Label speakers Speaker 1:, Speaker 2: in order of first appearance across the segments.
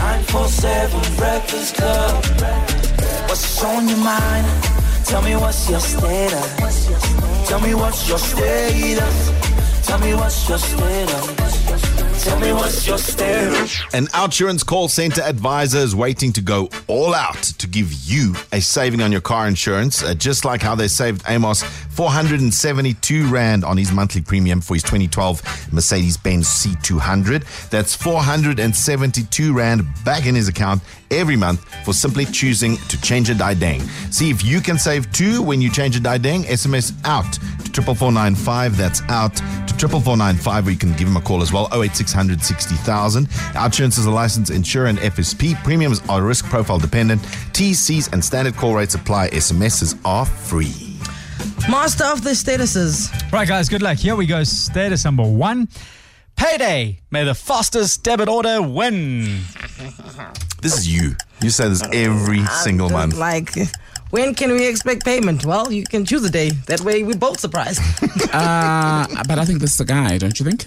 Speaker 1: 947 Breakfast Club. What's on your mind? Tell me what's your status. Tell me what's your status. Tell me what's your status. Tell me what's your status.
Speaker 2: An Outsurance call center advisor is waiting to go all out to give you a saving on your car insurance, uh, just like how they saved Amos 472 Rand on his monthly premium for his 2012 Mercedes Benz C200. That's 472 Rand back in his account every month for simply choosing to change a Dang. See if you can save two when you change a Dang. SMS out to 44495. That's out to 44495, or you can give him a call as well 08600 60000. Our insurance is a licensed insurer and FSP. Premiums are risk profile dependent. TCs and standard call rates apply. SMSs are free.
Speaker 3: Master of the statuses.
Speaker 4: Right, guys, good luck. Here we go. Status number one Payday. May the fastest debit order win.
Speaker 2: This is you. You say this every single
Speaker 3: Just
Speaker 2: month.
Speaker 3: Like, when can we expect payment? Well, you can choose a day. That way, we're both surprised.
Speaker 5: Uh, but I think this is a guy, don't you think?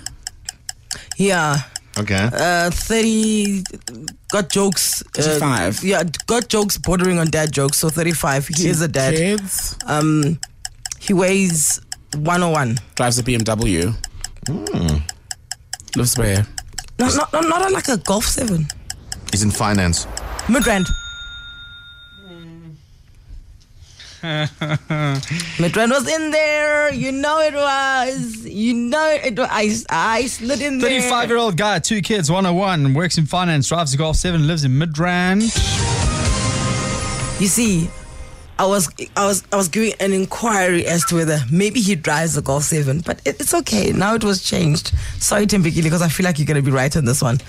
Speaker 3: yeah.
Speaker 2: okay.
Speaker 3: Uh, 30 got jokes. Uh,
Speaker 5: 35.
Speaker 3: Yeah, got jokes bordering on dad jokes. So 35. He is a dad.
Speaker 5: Kids.
Speaker 3: Um, he weighs 101.
Speaker 5: Drives a BMW.
Speaker 3: Hmm.
Speaker 5: Lives where?
Speaker 3: Not, not, not, not like a Golf 7.
Speaker 2: He's in finance.
Speaker 3: Midrand. Midrand was in there. You know it was. You know it was. I, I slid in there.
Speaker 4: 35 year old guy, two kids, 101, works in finance, drives a Golf 7, lives in Midrand.
Speaker 3: You see, I was I was I was giving an inquiry as to whether maybe he drives a Golf Seven, but it, it's okay. Now it was changed. Sorry, Timbikili, because I feel like you're gonna be right on this one.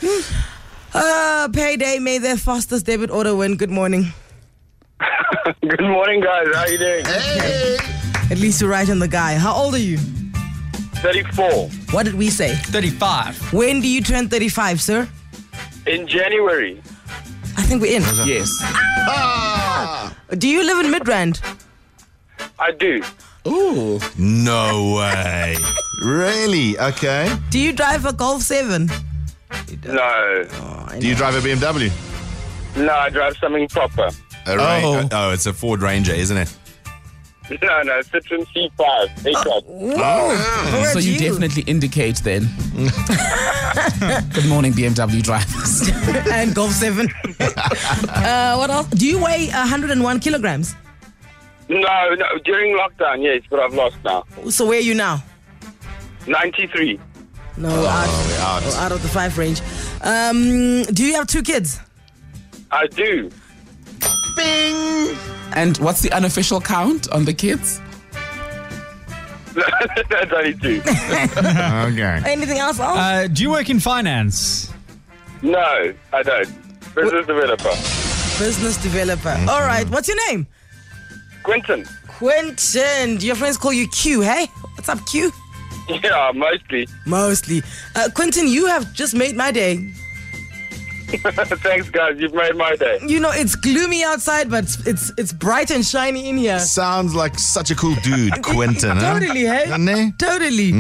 Speaker 3: Uh, payday may their fastest debit order win. Good morning.
Speaker 6: Good morning, guys. How you doing?
Speaker 3: At least you're right on the guy. How old are you?
Speaker 6: 34
Speaker 3: What did we say?
Speaker 4: 35.
Speaker 3: When do you turn 35, sir?
Speaker 6: in January.
Speaker 3: I think we're in.
Speaker 5: Yes.
Speaker 3: Do you live in Midrand?
Speaker 6: I do.
Speaker 5: Ooh.
Speaker 2: No way. really? Okay.
Speaker 3: Do you drive a Golf 7?
Speaker 6: No,
Speaker 2: Do you drive a BMW?
Speaker 6: no, I drive something proper.
Speaker 2: A
Speaker 5: Oh.
Speaker 2: Ra- oh, it's a Ford Ranger, isn't it?
Speaker 6: No, no, Citroen C5. H-Rock.
Speaker 3: Where
Speaker 5: So
Speaker 3: do
Speaker 5: you, definitely indicate then. Good morning, BMW drivers.
Speaker 3: and Golf 7. uh, what else? Do you weigh 101 kilograms?
Speaker 6: No, no, during lockdown, yes, but I've lost now.
Speaker 3: So where are you now?
Speaker 6: 93.
Speaker 3: No, out,
Speaker 2: out.
Speaker 3: oh, out of the five range. Um, do you have two kids?
Speaker 6: I do.
Speaker 5: and what's the unofficial count on the kids?
Speaker 6: That's only two.
Speaker 2: Okay.
Speaker 3: Anything else? Oh, Al?
Speaker 4: Uh, do you work in finance?
Speaker 6: No, I don't. Business developer.
Speaker 3: Business developer. All right. What's your name?
Speaker 6: Quinton.
Speaker 3: Quentin. Do your friends call you Q? Hey, what's up, Q?
Speaker 6: Yeah, mostly.
Speaker 3: Mostly. Uh, Quentin, you have just made my day.
Speaker 6: Thanks, guys. You've made my day.
Speaker 3: You know it's gloomy outside, but it's it's, it's bright and shiny in here.
Speaker 2: Sounds like such a cool dude, Quentin. huh?
Speaker 3: Totally, hey?
Speaker 2: Nne?
Speaker 3: Totally.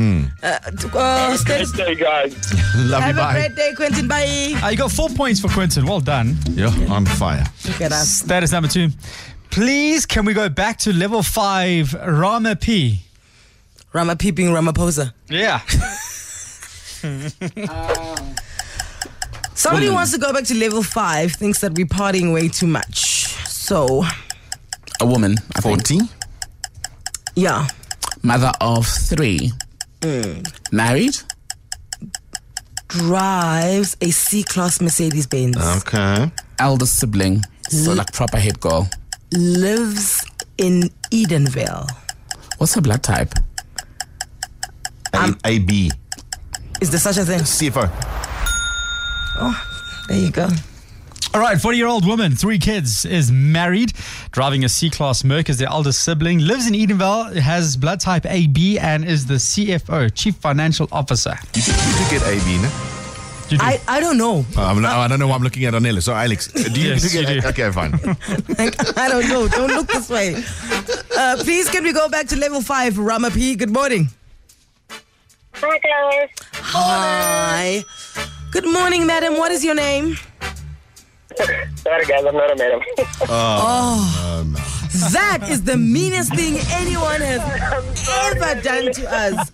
Speaker 3: Uh, t- uh,
Speaker 6: Good
Speaker 3: status-
Speaker 6: day, guys.
Speaker 2: Love you,
Speaker 3: have a
Speaker 2: bye.
Speaker 3: great day, Quentin. Bye.
Speaker 4: Uh, you got four points for Quinton. Well done.
Speaker 2: Yeah, on fire.
Speaker 3: Look at us.
Speaker 4: Status number two. Please, can we go back to level five, Rama P?
Speaker 3: Rama peeping, Ramaphosa.
Speaker 4: Yeah.
Speaker 3: Somebody wants to go back to level five, thinks that we're partying way too much. So,
Speaker 5: A woman. I think.
Speaker 2: 40?
Speaker 3: yeah.
Speaker 5: Mother of three.
Speaker 3: Hmm.
Speaker 5: Married.
Speaker 3: Drives a C Class Mercedes Benz.
Speaker 2: Uh-huh. Okay.
Speaker 5: Eldest sibling. So
Speaker 3: Hmm.
Speaker 5: like proper hip girl.
Speaker 3: Lives in Edenvale.
Speaker 5: What's her blood type?
Speaker 2: A-
Speaker 3: Um,
Speaker 2: AB.
Speaker 3: Is there such a thing?
Speaker 2: CFO.
Speaker 3: There you go.
Speaker 4: All right, 40 year old woman, three kids, is married, driving a C Class Merc as their eldest sibling, lives in Edenvale, has blood type AB, and is the CFO, Chief Financial Officer.
Speaker 2: You did, you did get AB, no?
Speaker 4: Did you-
Speaker 3: I, I don't know.
Speaker 2: Oh, I'm not, I don't know why I'm looking at Anela. So, Alex, do you,
Speaker 4: Yes,
Speaker 2: did you
Speaker 4: you
Speaker 2: get
Speaker 4: do.
Speaker 2: Okay, fine.
Speaker 3: I don't know. Don't look this way. Uh, please, can we go back to level five? Rama P, good morning.
Speaker 7: Hi guys,
Speaker 3: Hi. Good morning, madam. What is your name?
Speaker 7: sorry guys, I'm not a madam.
Speaker 3: That is the meanest thing anyone has ever done to us.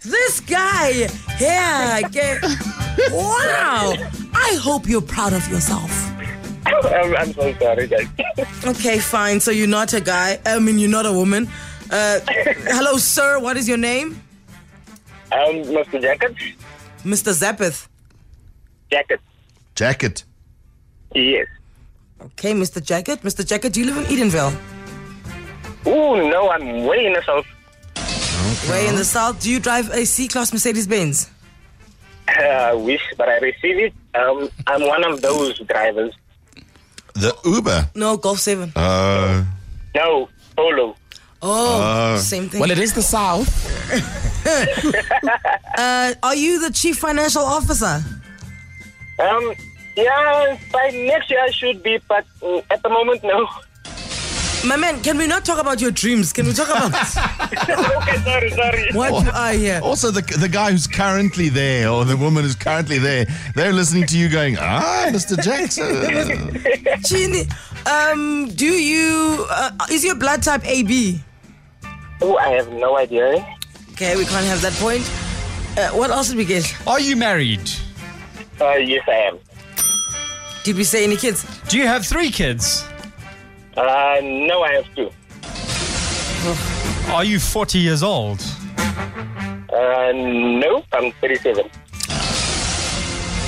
Speaker 3: This guy here, okay. wow. I hope you're proud of yourself.
Speaker 7: I'm, I'm so sorry guys.
Speaker 3: Okay, fine. So you're not a guy. I mean, you're not a woman. Uh, hello, sir. What is your name?
Speaker 6: Um,
Speaker 7: I'm Mr. Jacket.
Speaker 3: Mr. Zappeth.
Speaker 7: Jacket.
Speaker 2: Jacket.
Speaker 7: Yes.
Speaker 3: Okay, Mr. Jacket. Mr. Jacket, do you live in Edenville?
Speaker 7: Oh no, I'm way in the south.
Speaker 3: Way in the south. Do you drive a C-Class Mercedes-Benz?
Speaker 7: I wish, but I receive it. Um, I'm one of those drivers.
Speaker 2: The Uber.
Speaker 3: No, Golf 7.
Speaker 2: Uh,
Speaker 7: No, Polo.
Speaker 3: oh, same thing.
Speaker 5: uh, Well, it is the South.
Speaker 3: Uh, are you the Chief Financial Officer?
Speaker 7: Um, yeah, by next year I should be, but mm, at the moment, no.
Speaker 3: My man, can we not talk about your dreams? Can we talk about
Speaker 7: okay, sorry, sorry.
Speaker 3: what you are here?
Speaker 5: Oh.
Speaker 2: also, the, the guy who's currently there or the woman who's currently there, they're listening to you going, ah, Mr. Jackson.
Speaker 3: Chini, um, do you, uh, is your blood type AB?
Speaker 7: Oh, I have no idea. eh?
Speaker 3: Okay, we can't have that point. Uh, what else did we get?
Speaker 4: Are you married?
Speaker 7: Uh, yes, I am.
Speaker 3: Did we say any kids?
Speaker 4: Do you have three kids?
Speaker 7: Uh, no, I have two.
Speaker 4: Are you 40 years old?
Speaker 7: Uh, no, I'm 37.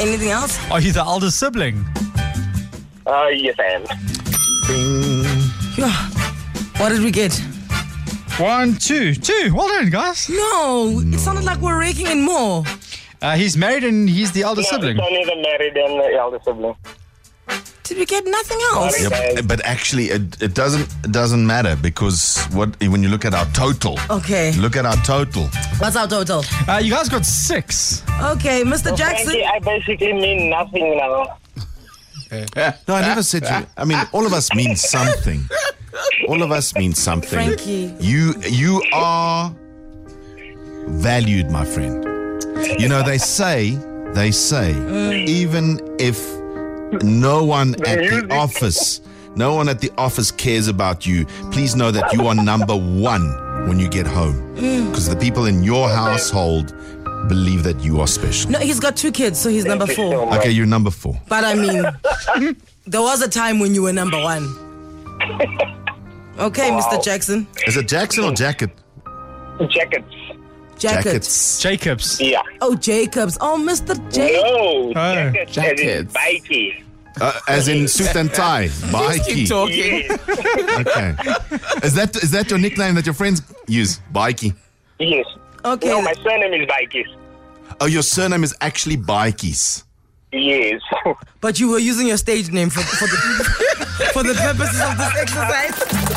Speaker 3: Anything else?
Speaker 4: Are you the eldest sibling?
Speaker 7: Uh, yes, I am.
Speaker 3: Yeah. What did we get?
Speaker 4: One, two, two. Well done, guys.
Speaker 3: No, it sounded like we're raking in more.
Speaker 4: Uh, he's married and he's the eldest
Speaker 7: No,
Speaker 4: sibling.
Speaker 7: It's only the married and the elder sibling.
Speaker 3: Did we get nothing else?
Speaker 7: Sorry.
Speaker 2: Yeah, but, but actually, it, it doesn't it doesn't matter because what when you look at our total,
Speaker 3: Okay.
Speaker 2: look at our total.
Speaker 3: What's our total?
Speaker 4: Uh, you guys got six.
Speaker 3: Okay, Mr.
Speaker 7: Oh,
Speaker 3: Jackson.
Speaker 7: Frankly, I basically mean nothing now.
Speaker 2: No, I never said you. I mean, all of us mean something. All of us mean something.
Speaker 3: Frankie.
Speaker 2: You you are valued, my friend. You know they say they say even if no one at the office no one at the office cares about you, please know that you are number 1 when you get home because the people in your household believe that you are special.
Speaker 3: No, he's got two kids, so he's number
Speaker 7: Thank you so
Speaker 3: four.
Speaker 7: much.
Speaker 2: Okay, you're number 4.
Speaker 3: But I mean, there was a time when you were number one. Okay, Mr. Jackson.
Speaker 2: Is it Jackson or Jacket?
Speaker 7: Jackets.
Speaker 3: Jacket.
Speaker 4: Jacobs.
Speaker 7: Yeah.
Speaker 3: Oh, Jacobs. Oh, Mr. J.
Speaker 7: No,
Speaker 4: Oh,
Speaker 7: jackets. As in
Speaker 5: jackets.
Speaker 7: bikey.
Speaker 2: Uh, as in suit and tie, bikey.
Speaker 5: Talking.
Speaker 7: Yes.
Speaker 2: Okay, is that is that your nickname that your friends use, bikey?
Speaker 7: yes.
Speaker 3: Okay.
Speaker 7: No, my surname is Bikey.
Speaker 2: Oh, your surname is actually Bikies.
Speaker 7: Yes.
Speaker 3: But you were using your stage name for, for, the, for the purposes of this exercise.